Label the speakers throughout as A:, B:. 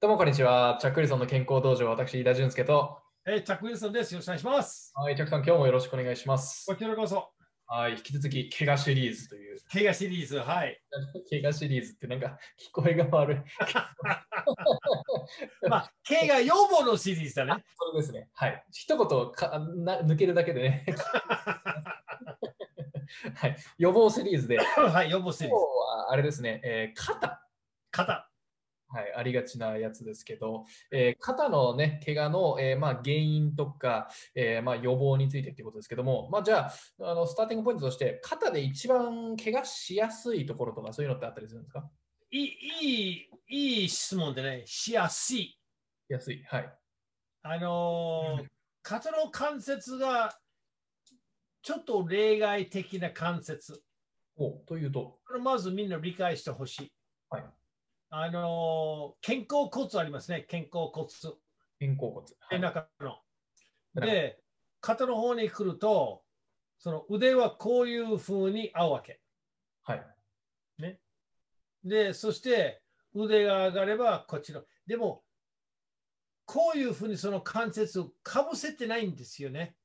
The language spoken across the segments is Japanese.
A: どうもこんにちは。チャックリソンの健康道場、私、井田俊介と。
B: えー、チャック・ウィルソンです。よろしくお願いします。
A: はい、チャックさん、今日もよろしくお願いします
B: こ。ちらこそ、
A: はい、引き続き、怪我シリーズという。
B: 怪我シリーズ、はい。
A: 怪我シリーズってなんか、 聞こえが悪い。
B: まあ、怪我予防のシリーズだね。
A: そうですね。はい。一言かな抜けるだけで ね。はい。予防シリーズで、
B: はい、予防シリ
A: 今
B: ー
A: 日
B: ズ。
A: はあれですね、えー肩。
B: 肩。
A: はい、ありがちなやつですけど、えー肩のね、怪我の、えーまあ、原因とか、えーまあ、予防についてっていうことですけども、まあ、じゃああの、スターティングポイントとして、肩で一番怪我しやすいところとか、そういうのってあったりするんですか
B: いい、いい、いい質問でね、しやすい。
A: 安い。はい。
B: あのー肩の関節が、ちょっと例外的な関節。
A: おというと、
B: これまずみんな理解してほしい。
A: はい。
B: あのー肩甲骨ありますね、肩甲骨。
A: 肩甲骨。
B: 背
A: はい
B: 中の。
A: はい
B: で、肩の方に来ると、その腕はこういう風に合うわけ。
A: はい。
B: で、そして腕が上がればこっちの。でも、こういう風にその関節をかぶせてないんですよね。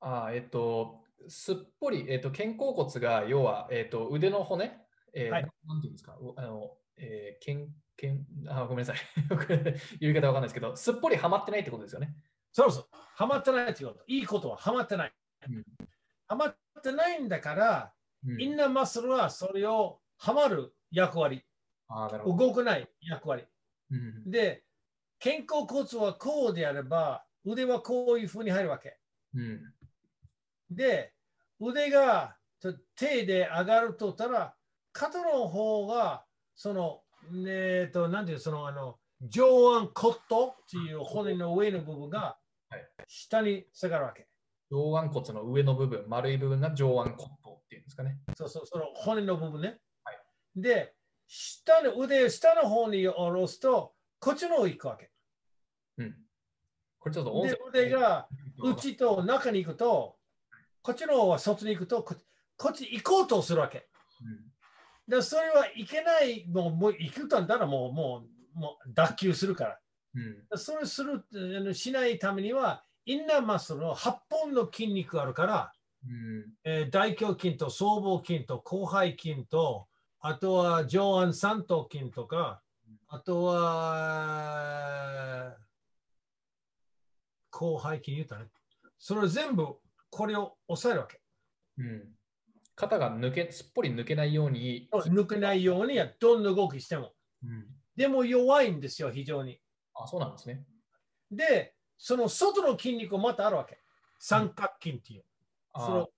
A: あーえっ、と、すっぽり、えっと肩甲骨が、要は、えっと腕の骨、えー
B: はい
A: なんていうんですか、おあのえー、肩肩あーごめんなさい。 言い方わかんないですけど、すっぽりはまってないってことですよね。
B: そうそう。はまってないってこと。いいことははまってない
A: うん。
B: はまってないんだから、
A: うん
B: インナーマッスルはそれをはまる役割。
A: ああ、なるほど。
B: 動くない役割。
A: うん
B: で、肩甲骨はこうであれば、腕はこういう風に入るわけ。
A: うん、
B: で、腕がと手で上がるとったら、肩の方が、その、ねえっと、なんていう、その、あの、上腕骨頭っていう骨の上の部分が
A: はい、
B: 下に下がるわけ。
A: 上腕骨の上の部分、丸い部分が上腕骨頭っていうんですかね。
B: そうそう、その骨の部分ね
A: はい。
B: で、下の腕を下の方に下ろすと、こっちの方行くわけ。
A: うん、これちょっと音
B: で
A: 声、
B: 腕が内と中に行くと、こっちの方は外に行くと、ここっち行こうとするわけ。でそれはいけない、もう、もう行くとんだらもう、もう、もう脱臼するから。
A: うんうん
B: でそれする、あのしないためには、インナーマッスルの8本の筋肉があるから、
A: うん
B: えー大胸筋と僧帽筋と広背筋と、あとは上腕三頭筋とか、あとは、広背筋言ったね。それ全部、これを抑えるわけ。
A: うん、肩が抜けすっぽり抜けないように、
B: 抜けないように、どんな動きしても。
A: うん、
B: でも弱いんですよ、非常に。
A: あそうなんですね。
B: で、その外の筋肉もまたあるわけ。三角筋っていう。
A: あー
B: その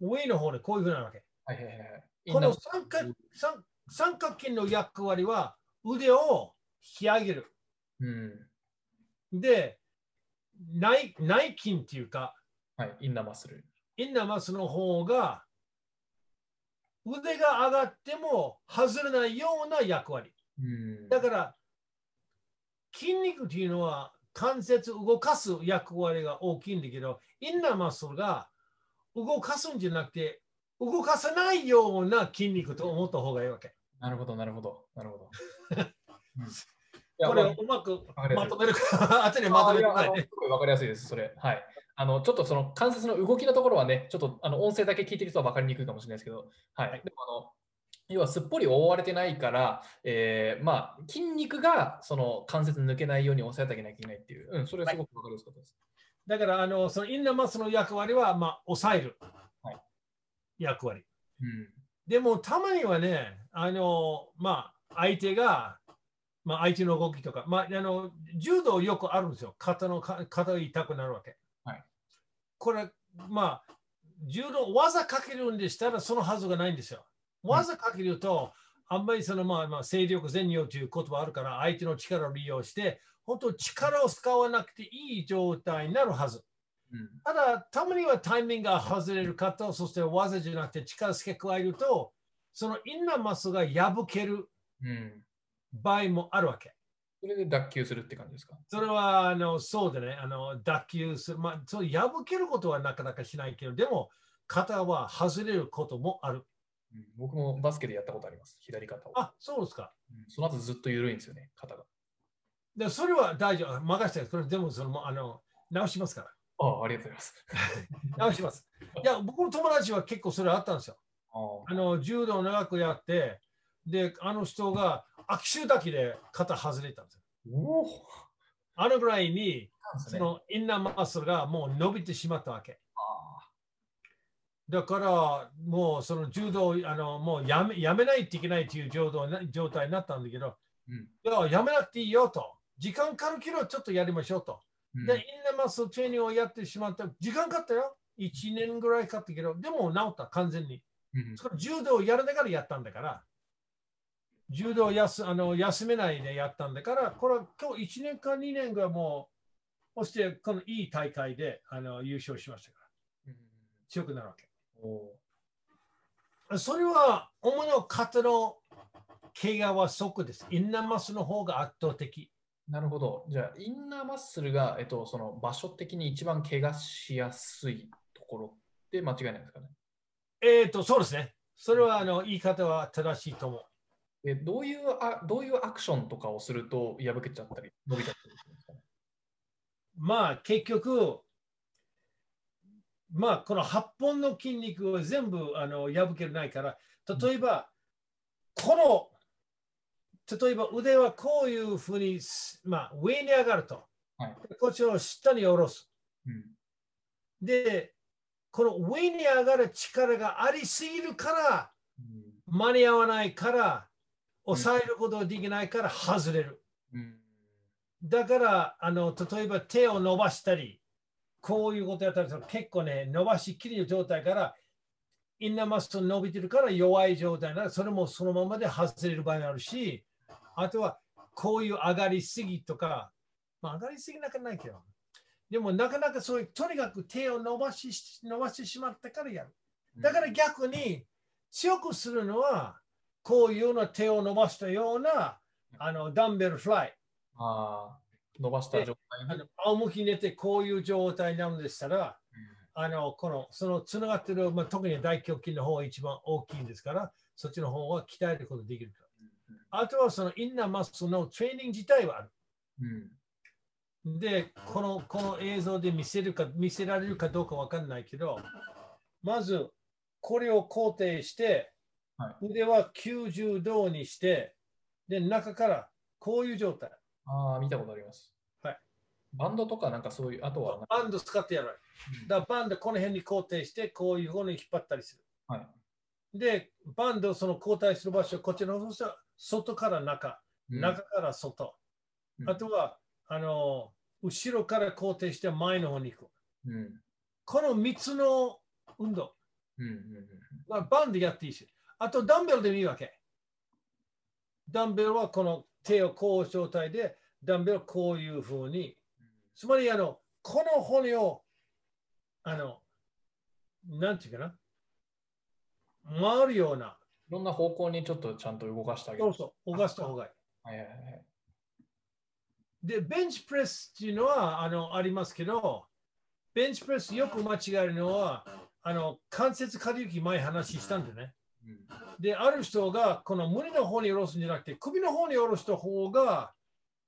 B: 上の方でこういうふうになるわけ。
A: はいはいはいはい。
B: こ
A: イン
B: の
A: ナー
B: 三角三三角筋の役割は腕を引き上げる。
A: うん
B: で、内内筋っていうか、
A: はい、インナーマッスル。
B: インナーマッスルの方が腕が上がっても外れないような役割。
A: うん、
B: だから筋肉というのは関節を動かす役割が大きいんだけど、インナーマッスルが動かすんじゃなくて、動かさないような筋肉と思った方がいいわけ。
A: なるほど、なるほど、なる ほど。うんいや
B: これ
A: まあ
B: をうまく
A: わかりやすい
B: まとめるか、 後でまとめる
A: あ
B: か
A: いやあの
B: ね。
A: すごいわかりやすいです、それ。はい。あの、ちょっとその関節の動きのところはね、ちょっとあの音声だけ聞いてる人は分かりにくいかもしれないですけど、はい。
B: はい
A: でもあの、要はすっぽり覆われてないから、えーまあ、筋肉がその関節抜けないように抑えてあげなきゃいけないっていう、うん、それはすごく分かりやすかったです。
B: だから、あの、そのインナーマッスルの役割は、まあ、抑える
A: はい
B: 役割。でも、たまにはね、あの、まあ、相手が、まあ、相手の動きとか、まあ、あの、柔道よくあるんですよ。肩の、か肩が痛くなるわけ。
A: はい
B: これ、まあ、柔道、技かけるんでしたら、そのはずがないんですよ。技かけると、あんまりその、まあ、まあ、勢力善用という言葉あるから、相手の力を利用して、本当力を使わなくていい状態になるはず。
A: うん。うん。
B: ただ、たまにはタイミングが外れる方、そして技じゃなくて力付け加えると、そのインナーマッスルが破ける
A: うん。
B: 場合もあるわけ。
A: それで脱臼するって感じですか。
B: それは、あの、そうでね、あの、脱臼する。まあ、そう、破けることはなかなかしないけど、でも、肩は外れることもある。
A: うん、僕もバスケでやったことあります、左肩を。
B: あ、そうですか。
A: うんその後ずっと緩いんですよね、肩が。
B: でそれは大丈夫。任せて、これでもそのもうあの直しますから。
A: あありがとうございます。
B: 直します。いや、僕の友達は結構それあったんですよ。
A: あー
B: あの柔道長くやって、で、あの人が悪臭滝で肩外れたんですよ。
A: おお、
B: あのぐらいに、
A: なんです
B: そ
A: ね。
B: のインナーマッスルがもう伸びてしまったわけ。
A: あ
B: だから、もうその柔道、あのもうやめやめないといけないという状態な状態になったんだけど、
A: ーうん
B: いや、やめなくていいよと。時間かるけど、ちょっとやりましょうと。
A: うん
B: で、インナーマッスルトレーニングをやってしまった。時間かかったよ。1年ぐらいかかったけど、でも治った、完全に。
A: うん
B: それ柔道をやりながらやったんだから、柔道をやすあの休めないでやったんだから、これは今日1年か2年ぐらいもう、そしてこのいい大会であの優勝しましたから、
A: うん
B: 強くなるわ
A: おお
B: け。それは、主の肩の怪我は即です。インナーマッスルの方が圧倒的。
A: なるほど。じゃあ、インナーマッスルが、えっと、その場所的に一番怪我しやすいところで間違いないですかね。
B: えっ、と、そうですね。それはあの言い方は正しいと思う。
A: でどういうあ、どういうアクションとかをすると破けちゃったり、伸びちゃったりするんですかね。
B: まあ結局、まあこの8本の筋肉を全部あの破けないから、例えば、この、例えば腕はこういうふうにす、まあ、上に上がると、
A: はい
B: こっちを下に下ろす。
A: うん
B: で、この上に上がる力がありすぎるから、
A: うん
B: 間に合わないから、抑えることができないから外れる。
A: うん
B: だからあの例えば手を伸ばしたりこういうことやったりすると結構ね伸ばしきりの状態からインナーマッスル伸びてるから弱い状態になるそれもそのままで外れる場合があるしあとはこういう上がりすぎとか、まあ、上がりすぎなくないけどでもなかなかそういうとにかく手を伸ばし伸ばしてしまったからやるだから逆に強くするのはこういうような手を伸ばしたようなあのダンベルフライ
A: あー伸ばした状態
B: あ
A: に。
B: の仰向きに寝てこういう状態になるんでしたら、あのこのそのつながってる、まあ、特に大胸筋の方が一番大きいんですから、そっちの方は鍛えることできるからあとはそのインナーマッスルのトレーニング自体はある。
A: うんうん
B: で、このこの映像で見せるか見せられるかどうかわかんないけど、まずこれを肯定して、
A: は
B: 腕は90度にして、で、中からこういう状態。
A: ああ、見たことあります。
B: はい。
A: バンドとかなんかそういう、あとはなんか、
B: バンド使ってやる。だからバンドこの辺に肯定して、こういう方に引っ張ったりする。
A: はい
B: で、バンドをその交代する場所、こっちの方したら外から中、
A: うん
B: 中から外。
A: うん
B: あとは、あの、後ろから肯定して前の方に行く。
A: うんうん
B: この3つの運動、
A: うんうん
B: まあ、バンドやっていいし、あとダンベルでもいいわけ。ダンベルはこの手をこういう状態で、ダンベルをこういうふうにつまりあの、この骨を、あの、なんていうかな、回るような、
A: いろんな方向にちょっとちゃんと動かしてあげ
B: そ
A: る
B: う。そう、動かした方がいい。
A: はいはいはい。
B: で、ベンチプレスっていうのはあのありますけど、ベンチプレスよく間違えるのは、あの関節下流域前話したんでね。
A: うん
B: で、ある人がこの胸の方に下ろすんじゃなくて、首の方に下ろした方が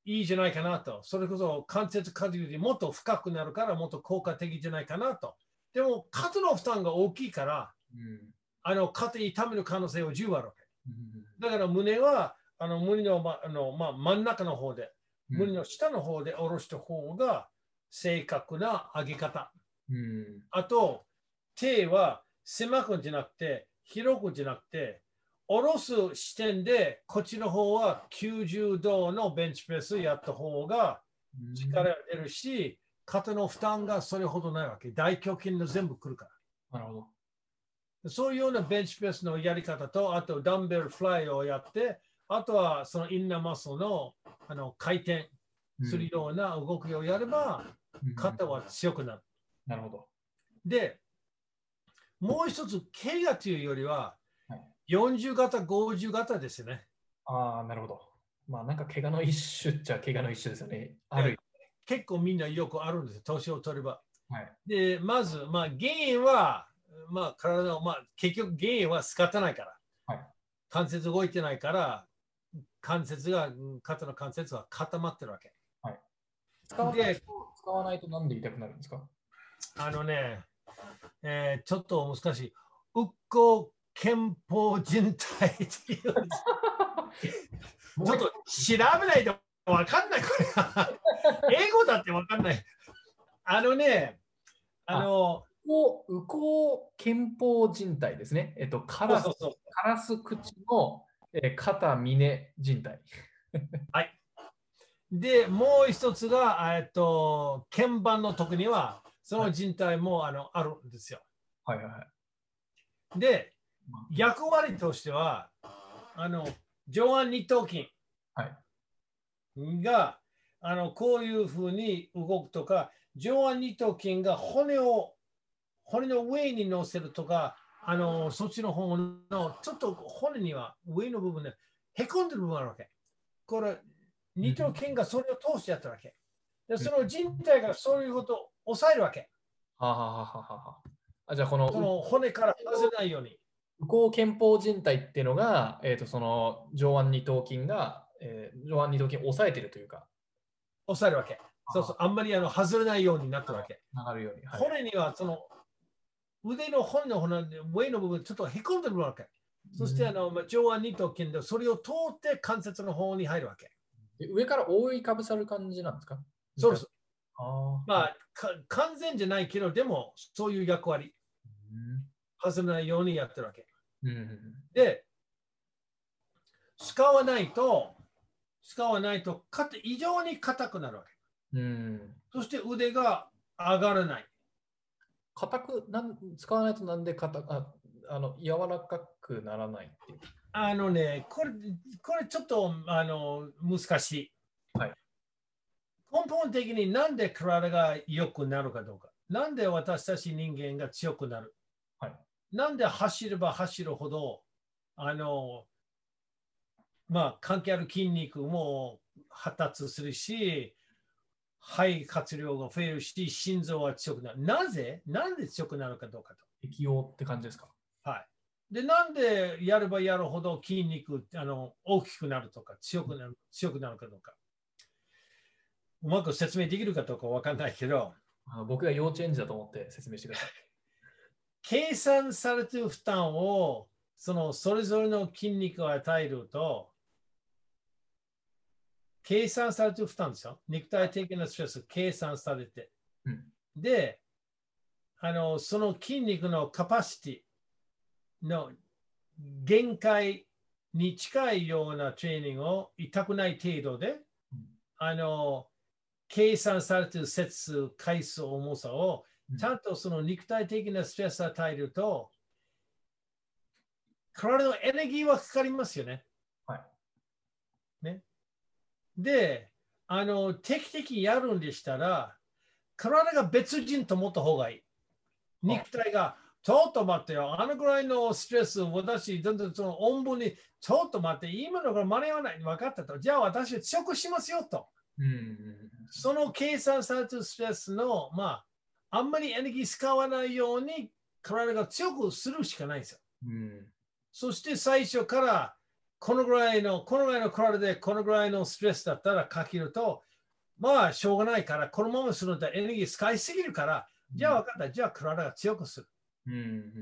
B: いいじゃないかなと。それこそ関節下流よりもっと深くなるから、もっと効果的じゃないかなと。でも、肩の負担が大きいから、
A: うん
B: あの肩痛める可能性は10あるわけ。
A: うん
B: だから胸はあの胸の,、まあのまあ、真ん中の方で、
A: うん
B: 胸の下の方で下ろした方が正確な上げ方。
A: うん
B: あと、手は狭くじゃなくて、広くじゃなくて、下ろす視点で、こっちの方は90度のベンチプレスやった方が
A: うん
B: 力が出るし、肩の負担がそれほどないわけ。大胸筋の全部くるから。
A: なるほど。
B: そういうようなベンチプレスのやり方と、あとダンベルフライをやって、あとはそのインナーマッスルのあの回転するような動きをやれば、
A: うん
B: 肩は強くなる。
A: なるほど。
B: で、もう一つ、怪我というよりは
A: はい、
B: 40型、50型ですよね。
A: ああ、なるほど。まあなんか怪我の一種っちゃ怪我の一種ですよね。ある。
B: 結構みんなよくあるんですよ、年を取れば。
A: はい
B: で、まず、まあ、原因は、まあ、体の、まあ、結局原因は仕方ないから。
A: はい
B: 関節動いてないから、関節が、うん肩の関節は固まってるわけ。
A: 使わないと
B: で
A: 使わないとなんで痛くなるんですか
B: あのね、えーちょっと難しい。右向憲法人体っていう、ちょ
A: も
B: っ
A: う
B: と調べないと分かんない、これは。英語だって分かんない。あのね、あの、
A: こう右向憲法人体ですね。えっと、カラス
B: そうそうそう
A: カラス口の、えー肩峰人体。
B: で、もう一つが、えっと、鍵盤の特には、その人体もあのあるんですよ。
A: はいはいはい。
B: で、役割としては、あの、上腕二頭筋
A: はい
B: が、あの、こういうふうに動くとか、上腕二頭筋が骨を、骨の上に乗せるとか、あの、そっちの方の、ちょっと骨には上の部分で、へこんでる部分があるわけ。これ、二頭筋がそれを通してやってるわけ。で、その人体がそういうことを抑えるわけ。
A: はあはあはあはあはあ。あじゃあこの
B: その骨から外れないように。
A: 右向憲法人体っていうのが、えっとその上腕二頭筋が、えー上腕二頭筋を抑えてるというか、
B: 抑えるわけ。そうそう、あんまりあの外れないようになってるわけ。
A: 曲がるように。はい
B: 骨にはその腕の骨の骨の上の部分、ちょっとへこんでるわけ。そしてあの、まあ上腕二頭筋で、それを通って関節の方に入るわけ。
A: で上から覆いかぶさる感じなんですか
B: そうそう。
A: ああ。
B: まあ、か完全じゃないけど、でもそういう役割、外れないようにやってるわけ。
A: うん。うんうんうん
B: で、使わないと、使わないと、かた異常に硬くなるわけ。
A: うん。
B: そして腕が上がらない。
A: 硬くなん、使わないとなんで硬ああの柔らかくならないっていう。
B: あのね、これ、これちょっとあの難しい。
A: はい
B: 根本的になんで体が良くなるかどうか。なんで私たち人間が強くなる。
A: はい
B: なんで走れば走るほど、あの、まあ、関係ある筋肉も発達するし、肺活量が増えるし、心臓は強くなる。なぜなんで強くなるかどうかと。
A: 適応って感じですか
B: で、なんでやればやるほど筋肉あの大きくなるとか強くなる、強くなるかどうか。うまく説明できるかどうかわかんないけど、
A: あの僕が幼稚園児だと思って説明してください。
B: 計算されてる負担をそのそれぞれの筋肉を与えると、計算されてる負担ですよ。肉体的なストレス計算されて。
A: うん
B: であの、その筋肉のカパシティの限界に近いようなトレーニングを痛くない程度で、
A: うん
B: あの計算されてる節数、回数、重さを
A: うん
B: ちゃんとその肉体的なストレスを与えると、体のエネルギーはかかりますよね。
A: はい。
B: ね。で、あの、定期的にやるんでしたら、体が別人と思った方がいい。
A: はい
B: 肉体が、ちょっと待ってよ、あのぐらいのストレス、私、どんどんその音分に、ちょっと待って、今のが間に合わない、分かったと。じゃあ私、強くしますよと。
A: うんうんうん。
B: その計算されてるスペースの、まあ、あんまりエネルギー使わないように体が強くするしかないんですよ。
A: うん
B: そして最初からこのぐらいの、このぐらいの体でこのぐらいのストレスだったらかけると、まあ、しょうがないから、このままするんだったらエネルギー使いすぎるから、じゃあ分かった、じゃあ体が強くする。
A: うんうん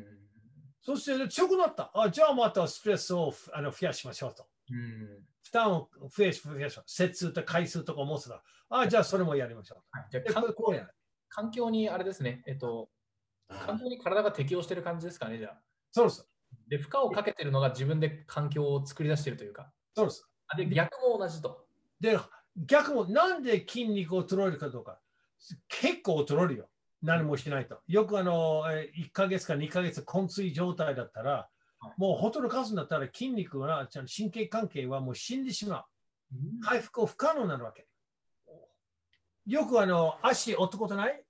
B: そして強くなった。あじゃあまたストレスをふあの増やしましょうと。
A: うんうん
B: 負担を増やし、増やし、節数と回数とか持つなら、あじゃあそれもやりましょ
A: はいじゃ
B: う。
A: あ
B: でこ
A: 環
B: れこうやる。
A: 環境にあれですね、えっと、環境に体が適応してる感じですかね、じゃあ。
B: そうです。
A: で、負荷をかけてるのが自分で環境を作り出してるというか。
B: そうです。
A: あで、逆も同じと。
B: で、逆も、なんで筋肉を衰えるかどうか。結構衰えるよ。何もしないと。よくあの、えー1ヶ月か2ヶ月、昏睡状態だったら
A: はい、
B: もうほとんど数になったら筋肉は、ちゃん神経関係はもう死んでしまう。回復を不可能になるわけ。よくあの、足折ったことない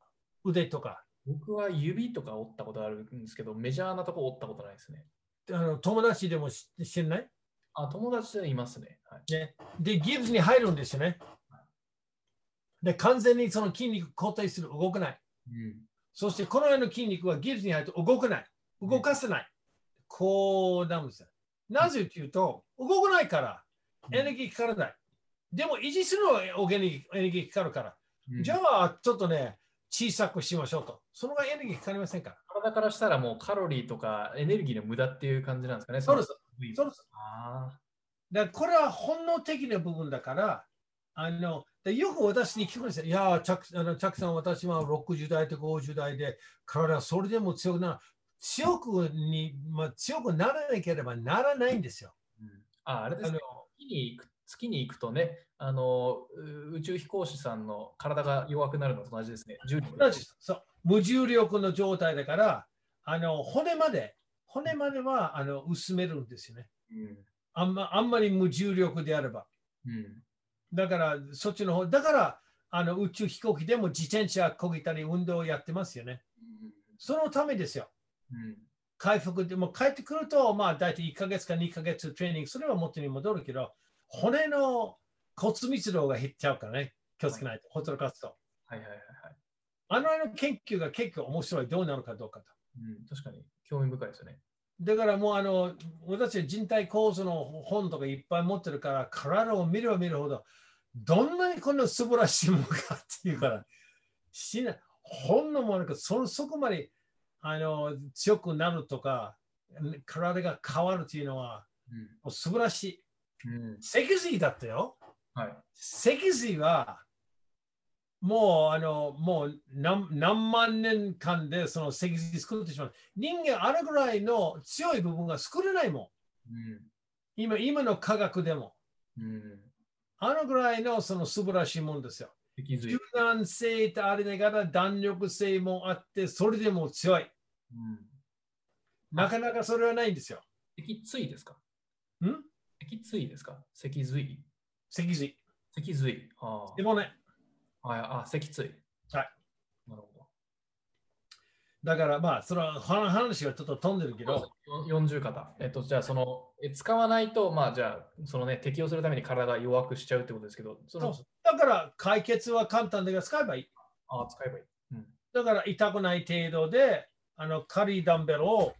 B: 腕とか。
A: 僕は指とか折ったことあるんですけど、メジャーなとこ折ったことないですね。
B: あの友達でもし知らない
A: あ、友達でいますね。はい、
B: で、ギブスに入るんですよね。で、完全にその筋肉固定する、動かない。そしてこの辺の筋肉は技術に入ると動かない。動かせない。こうなるんですよ。なぜというと、動かないから、
A: うん
B: エネルギーかからない。でも維持するのはおエネルギーエネルギーかかるから。
A: うん
B: じゃあ、ちょっとね、小さくしましょうと。その方がエネルギーかかりませんから。
A: 体からしたらもうカロリーとかエネルギーの無駄っていう感じなんですかね。。
B: そうですす。そうです。
A: あ
B: だからこれは本能的な部分だから、あのでよく私に聞くんですよ。いやー、チャックあのチャックさん、私は60代とか50代で、体はそれでも強くな強くに、まあ、強くならなければならないんですよ。
A: ーうんああれで
B: あ
A: す
B: の
A: ね。月に行く月に行くとね、あのう宇宙飛行士さんの体が弱くなるのと同じですね。重力
B: 同じですそう無重力の状態だから、あの骨まで、骨まではあの薄めるんですよね。あんまあんまり無重力であれば。
A: うんうん
B: だから、そっちの方、だから、あの宇宙飛行機でも自転車こぎたり運動をやってますよね。そのためですよ。
A: うん
B: 回復でも帰ってくると、まあ、大体1ヶ月か2ヶ月トレーニングすれば元に戻るけど、骨の骨密度が減っちゃうからね、気をつけないと、ほとろかすと。
A: はいはいはいはい。
B: あのあの研究が結構面白い、どうなるかどうかと。
A: うん、確かに興味深いですよね。
B: だからもうあの、私は人体構造の本とかいっぱい持ってるから、体を見れば見るほど、どんなにこんな素晴らしいものかっていうから、しない、本のものか、そのそこまであの強くなるとか、体が変わるっていうのは、もう素晴らしい。
A: うん。うん、
B: 脊髄だったよ。
A: はい。
B: 脊髄は、もう、あの、もう何、何万年間でその脊髄作ってしまう。人間、あれぐらいの強い部分が作れないもん。今、今の科学でも。
A: うん。うん。
B: あのぐらいのその素晴らしいもんですよ。
A: 脊髄。
B: 柔軟性ってありながら弾力性もあって、それでも強い。
A: うん。
B: なかなかそれはないんですよ。
A: 脊椎ですか
B: ん
A: 脊椎ですか脊髄。
B: 脊髄。
A: 脊髄。あ
B: でもね、
A: あ。はい、あ、脊椎。
B: はい。
A: なるほ
B: だからまあ、その話はちょっと飛んでるけど、
A: ど。よ40肩。えっと、じゃあ、その、え使わないと、まあ、じゃあ、そのね、適応するために体が弱くしちゃうってことですけど、その、
B: そうだから解決は簡単だから使えばいい。
A: ああ、使えばいい。うん。
B: だから痛くない程度で、あの軽いダンベルを、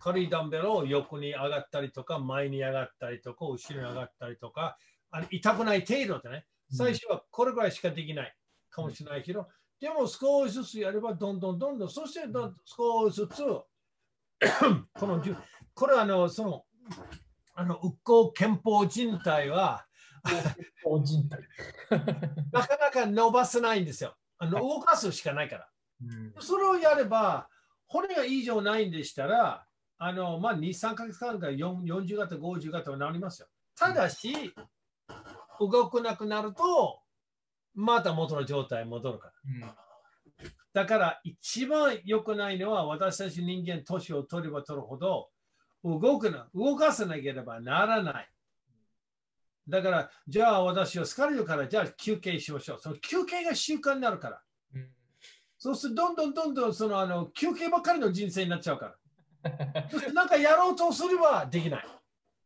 B: 軽いダンベルを横に上がったりとか、前に上がったりとか、後ろに上がったりとか、あの痛くない程度でね、最初はこれぐらいしかできないかもしれないけど、でも少しずつやればどんどんどんどん、そしてどん少しずつ、 このじゅ、これはあの、その、あの、右向憲法人体は、
A: お人体。
B: なかなか伸ばせないんですよ。あの
A: はい
B: 動かすしかないから。
A: うん。
B: それをやれば、骨が異常ないんでしたら、あのまあ、2、3ヶ月間から4 40型、50型はなりますよ。ただし、動くなくなると、また元の状態に戻るから。だから、一番良くないのは、私たち人間、年を取れば取るほど、動くな、動かさなければならない。だから、じゃあ私は疲れるから、じゃあ休憩しましょう。その休憩が習慣になるから。
A: うん。うん
B: そうするとどんどんどんどんそのあの休憩ばっかりの人生になっちゃうから。 そしてなんかやろうとすればできない。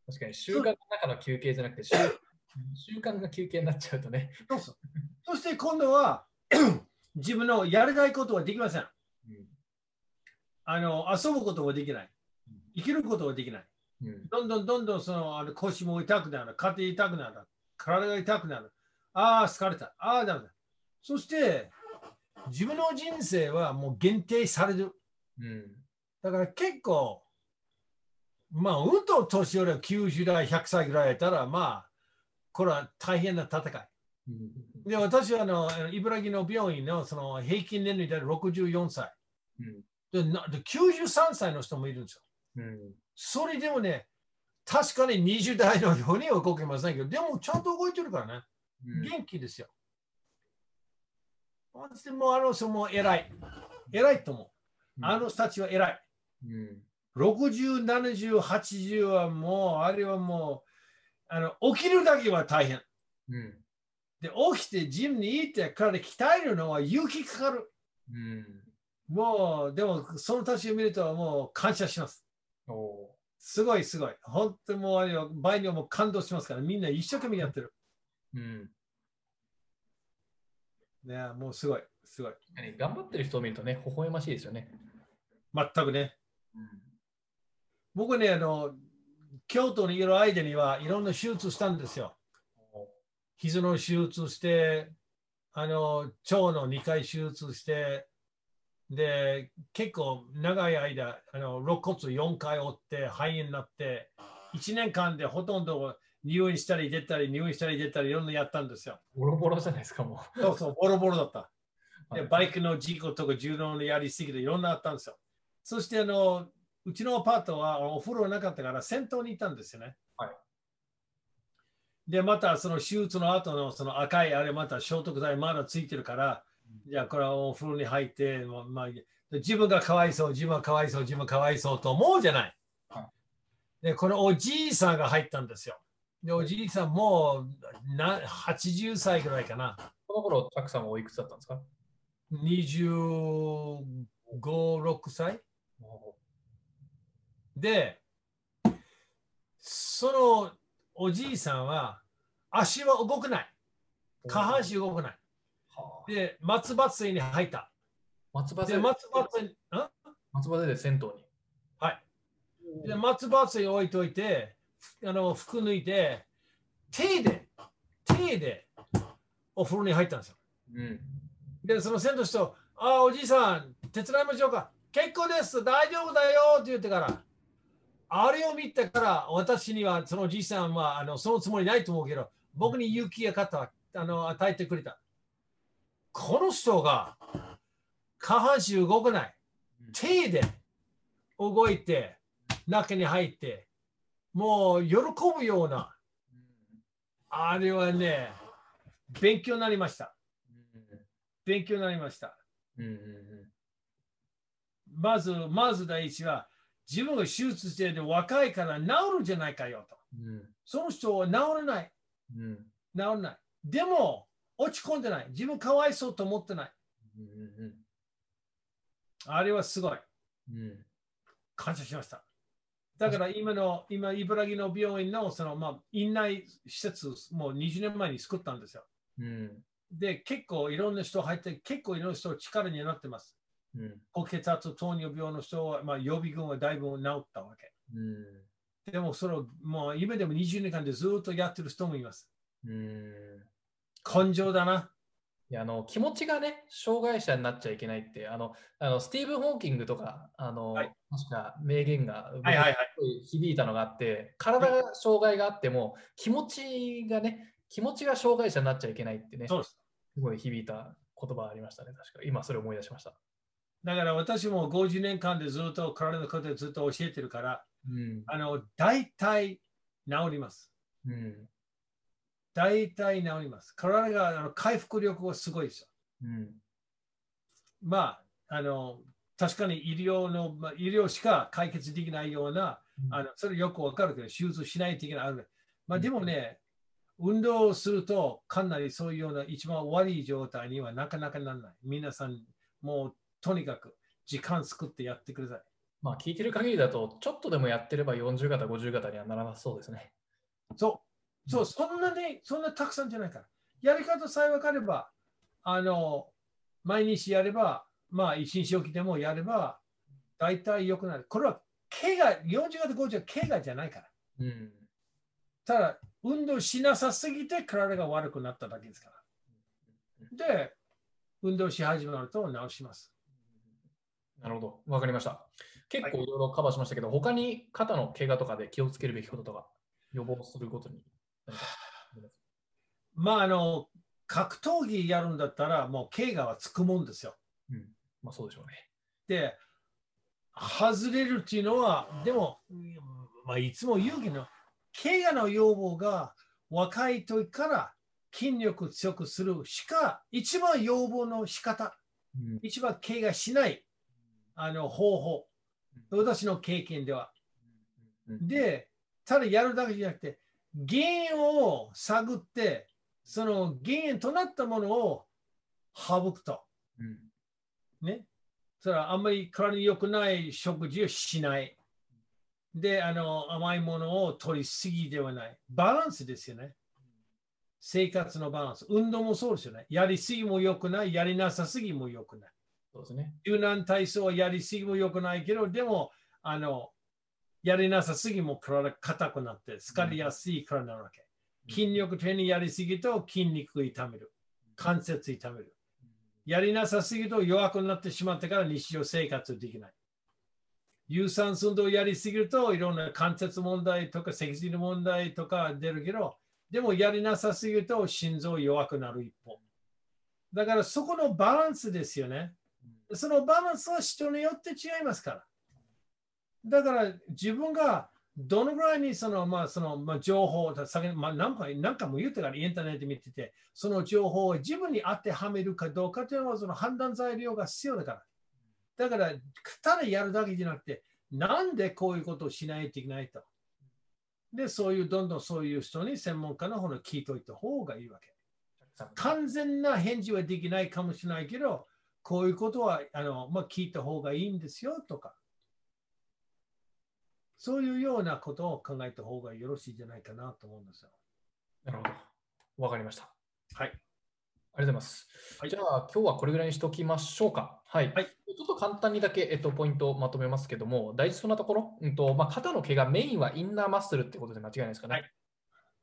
A: 確かに習慣の中の休憩じゃなくて習、習慣が休憩になっちゃうとね。
B: そうそうそして今度は 自分のやりたいことはできません。あの遊ぶこともできない。生きることもできない。
A: うん。うん。
B: どんどんどんどんそのあの腰も痛くなる。肩痛くなる。体が痛くなる。ああ、疲れた。ああ、ダメだ。そして自分の人生はもう限定される。
A: うん。
B: だから結構、まあ、うんと年寄りは90代、100歳ぐらいやったら、まあ、これは大変な戦い。
A: うん。
B: で、私はあの、茨城の病院のその平均年齢で64歳
A: うん
B: でなで。93歳の人もいるんですよ。
A: うん。
B: それでもね、確かに20代のようには動けませんけど、でもちゃんと動いてるからね、
A: うん
B: 元気ですよ。私もあの人も偉い。偉いと思う。あの人たちは偉い。
A: うん。
B: 60、70、80はもう、あれはもう、あの起きるだけは大変。
A: うん。
B: で、起きてジムに行って体鍛えるのは勇気かかる。
A: うん。
B: もう、でも、その年を見るともう感謝します。
A: おお
B: すごいすごい。本当もうあれは、倍にはもう感動しますから、みんな一生懸命やってる。
A: ー。うん。
B: ね、もうすごい、すごい。
A: 確かに頑張ってる人を見るとね、微笑ましいですよね。
B: 全くね。僕ね、あの、京都にいる間にはいろんな手術したんですよ。膝の手術して、あの腸の2回手術して、で、結構長い間、あの肋骨4回折って、肺炎になって、1年間でほとんど入院したり出たり、入院したり出たり、いろんなやったんですよ。
A: ボロボロじゃないですか、も
B: そうそう、ボロボロだった。
A: う。
B: で
A: はい
B: バイクの事故とか柔道のやりすぎでいろんなあったんですよ。そしてあの、うちのアパートはお風呂なかったから銭湯にいたんですよね。
A: はい
B: で、またその手術の後のその赤いあれまた消毒剤まだついてるから、じゃあこれはお風呂に入って、まあまあ、自分がかわいそう、自分がかわいそう、自分がかわいそうと思うじゃない
A: は。
B: で、このおじいさんが入ったんですよ。で、おじいさんもうな80歳ぐらいかな。
A: この頃、タクさんはおいくつだったんですか
B: 25、6歳で、そのおじいさんは足は動くない。下半身動くない。
A: はあ
B: で、松葉杖に入った。
A: 松葉
B: で、
A: 杖
B: 松葉杖に、ん
A: 松葉杖で銭湯に。
B: はい
A: おー。
B: で、松葉杖置いといて、あの服脱いで、手で、手でお風呂に入ったんですよ。
A: うん。
B: で、その先頭の人、ああ、おじいさん、手伝いましょうか。結構です、大丈夫だよって言ってから、あれを見てから、私には、そのおじいさんはあのそのつもりないと思うけど、僕に勇気や肩をあの与えてくれた。この人が、下半身動かない
A: うん。
B: 手で動いて、中に入って、もう喜ぶような、あれはね、勉強になりました。勉強になりました。
A: うん。うん。うん
B: まず、まず第一は、自分が手術してで若いから治るんじゃないかよと。
A: うん。
B: その人は治らない、
A: うん。うん。
B: 治らない。でも、落ち込んでない。自分かわいそうと思ってない。
A: うん。
B: あれはすごい。
A: うん。
B: 感謝しました。だから今の、今、茨城の病院の、その、まあ、院内施設、もう20年前に作ったんですよ。
A: うん。
B: で、結構いろんな人入って、結構いろんな人力になってます。
A: うん。
B: 高血圧、糖尿病の人は、まあ、予備軍はだいぶ治ったわけ。
A: うん。
B: でもそれをもう今でも20年間でずっとやってる人もいます。
A: うん。
B: 根性だな。
A: いやあの気持ちがね、障害者になっちゃいけないって、あのあのスティーブン・ホーキングとか、あの
B: はい
A: 確か名言が僕
B: はいはいはい
A: すごい響いたのがあって、体が障害があっても、気持ちがね、気持ちが障害者になっちゃいけないってね、
B: そう
A: す
B: です。
A: ごい響いた言葉ありましたね、確か。今、それ思い出しました。
B: だから私も50年間でずっと体のことをずっと教えてるから、
A: うん。
B: あの、大体治ります。
A: うん。
B: 大体治ります。体があの回復力はすごいですよ。
A: うん。
B: まあ、あの、確かに医療の、まあ、医療しか解決できないような、あのそれよくわかるけど、手術しないといけない。あるまあ、でもね、運動をすると、かなりそういうような一番悪い状態にはなかなかならない。皆さん、もうとにかく時間作ってやってください。
A: まあ、聞いてる限りだと、ちょっとでもやってれば40型、50型にはならなそうですね。
B: そう、そう、そんなに、そんなたくさんじゃないから。やり方さえ分かれば、あの、毎日やれば、まあ、一日おきでもやれば、大体良くなる。これは、怪我、40型、50型、怪我じゃないから。
A: うん。
B: ただ、運動しなさすぎて体が悪くなっただけですから。で、運動し始まると治します。
A: なるほど、わかりました。結構いろいろカバーしましたけど、他に肩の怪我とかで気をつけるべきこととか、予防することに何か。
B: まあ、あの、格闘技やるんだったら、もう怪我はつくもんですよ。
A: まあそうでしょうね。
B: で、外れるっていうのは、でも、うんまあ、いつも言うけど、怪我の要望が若い時から筋力強くするしか、一番要望の仕方、一番怪我しないあの方法、私の経験では。
A: うん、
B: で、ただやるだけじゃなくて、原因を探って、その原因となったものを省くと。
A: うん
B: ね。それはあんまり体に良くない食事をしない。で、あの、甘いものを取りすぎではない。バランスですよね。生活のバランス。運動もそうですよね。やりすぎも良くない。やりなさすぎも良くない。
A: そうですね。
B: 柔軟体操はやりすぎも良くないけど、でも、あの、やりなさすぎも体硬くなって、疲れやすい体になるわけ。筋力トレーニングやりすぎと筋肉痛める。関節痛める。やりなさすぎと弱くなってしまってから日常生活できない。有酸素運動をやりすぎるといろんな関節問題とか脊髄の問題とか出るけど、でもやりなさすぎると心臓弱くなる一方。だからそこのバランスですよね。そのバランスは人によって違いますから。だから自分がどのぐらいにその、まあ、その、まあ、情報、先にまあ、何回何回も言ってからインターネット見てて、その情報を自分に当てはめるかどうかというのはその判断材料が必要だから。だから、ただやるだけじゃなくて、なんでこういうことをしないといけないと。で、そういう、どんどんそういう人に専門家の方の聞いといた方がいいわけ。完全な返事はできないかもしれないけど、こういうことはあの、まあ、聞いた方がいいんですよとか、そういうようなことを考えた方がよろしいんじゃないかなと思うんですよ。
A: なるほど。わかりました。
B: は
A: あ
B: い。
A: りがとうございます。
B: はい
A: じゃあ、今日はこれぐらいにしておきましょうか。はい。
B: はい
A: ちょっと簡単にだけ、えっと、ポイントをまとめますけども、大事そうなところ、うんとまあ、肩の怪我、メインはインナーマッスルってことで間違いないですかね。
B: は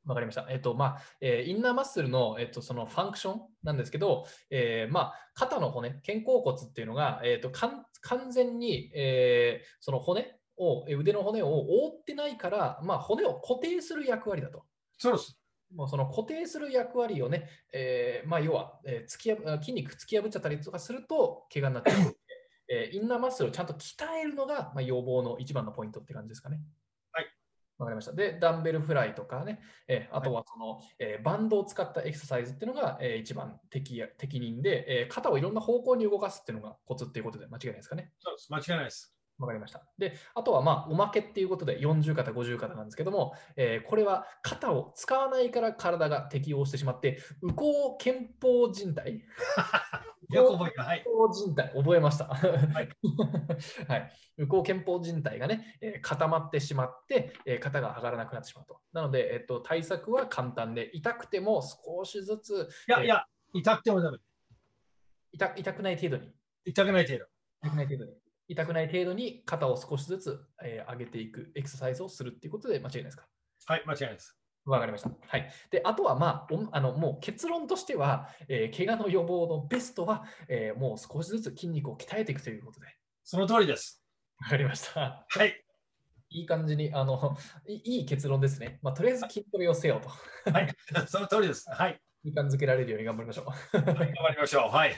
A: わかりました。えっと、まあ、えーインナーマッスルの、えっと、そのファンクションなんですけど、えーまあ、肩の骨、肩甲骨っていうのが、えー、と完完全に、えーその骨を、えー腕の骨を覆ってないから、まあ、骨を固定する役割だと。
B: そうです。
A: もうその固定する役割をね、えーまあ、要は、えー突きやぶ筋肉突き破っちゃったりとかすると、怪我になっちゃうので、えーインナーマッスルをちゃんと鍛えるのが、まあ、予防の一番のポイントって感じですかね。
B: はい。
A: わかりました。で、ダンベルフライとかね、えーあとはその、えーバンドを使ったエクササイズっていうのが、えー一番適や適任で、えー肩をいろんな方向に動かすっていうのがコツっていうことで間違いないですかね。
B: そうです。間違いないです。
A: わかりました。で、あとはまあ、おまけっていうことで40肩、50肩なんですけども、えーこれは肩を使わないから体が適応してしまって、右向憲法靭帯
B: よく覚えてる。はい。
A: 右向靭帯、覚えました。 はいい、右向憲法靭帯がね、えー固まってしまって、えー肩が上がらなくなってしまうと。なので、えっと、対策は簡単で、痛くても少しずつ
B: いやいや、痛くてもダメ。
A: 痛痛くない程度に
B: 痛くない程度。
A: 痛くない程度に、痛くない程度に肩を少しずつ、えー上げていくエクササイズをするっていうことで間違いないですか
B: はい、間違いないです。
A: わかりました。はい。で、あとは、まあ、おんあの、もう結論としては、えー怪我の予防のベストは、えーもう少しずつ筋肉を鍛えていくということで。
B: その通りです。
A: わかりました。
B: はい。
A: いい感じに、あの、いいい結論ですね。まあ、とりあえず筋トレをせよと。
B: その通りです。はい。
A: 時間づけられるように頑張りましょう。
B: はい頑張りましょう。はい。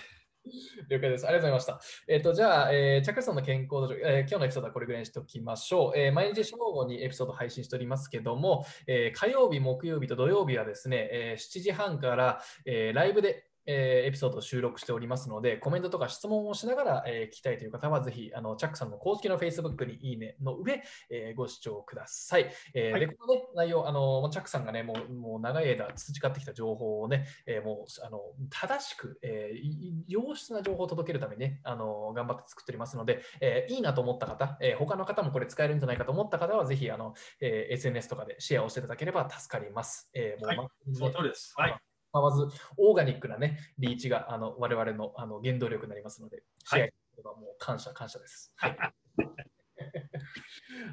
A: 了解です。ありがとうございました。えっ、と、じゃあ、えーチャックさんの健康道場、えー今日のエピソードはこれぐらいにしておきましょう。えー毎日正午にエピソード配信しておりますけども、えー火曜日、木曜日と土曜日はですね、えー7時半から、えーライブで、えーエピソードを収録しておりますので、コメントとか質問をしながら、えー聞きたいという方は、ぜひ、あの、チャックさんの公式の Facebook にいいねの上、えーご視聴ください。えー
B: はい
A: で、この、ね、内容、あの、チャックさんがね、もう、もう長い間培ってきた情報をね、えーもうあの正しく、えーい良質な情報を届けるためにね、あの頑張って作っておりますので、えーいいなと思った方、えー他の方もこれ使えるんじゃないかと思った方は、ぜひあの、えー SNS とかでシェアをしていただければ助かります。えーもう
B: はい
A: ま
B: その通りです。はい。
A: ままずオーガニックな、ね、リーチがあの我々のあの原動力になりますので、シ
B: はい
A: ェアいただければもう感謝、感謝です。はい、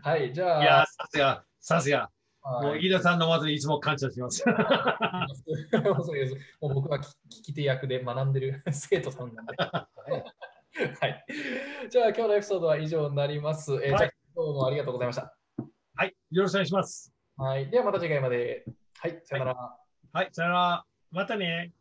A: はい、じゃあ、
B: いやー、さすが、さすが。
A: はい
B: もう飯田さんのまずいつも感謝します。
A: そうです。 もう僕は聞き聞き手役で学んでる生徒さん なんで。はい。じゃあ今日のエピソードは以上になります。えー
B: はい
A: じゃあ今日もありがとうございました。
B: はい。よろしくお願いします。
A: はい。ではまた次回まで。はい。さよなら。
B: はい。さよなら。またね。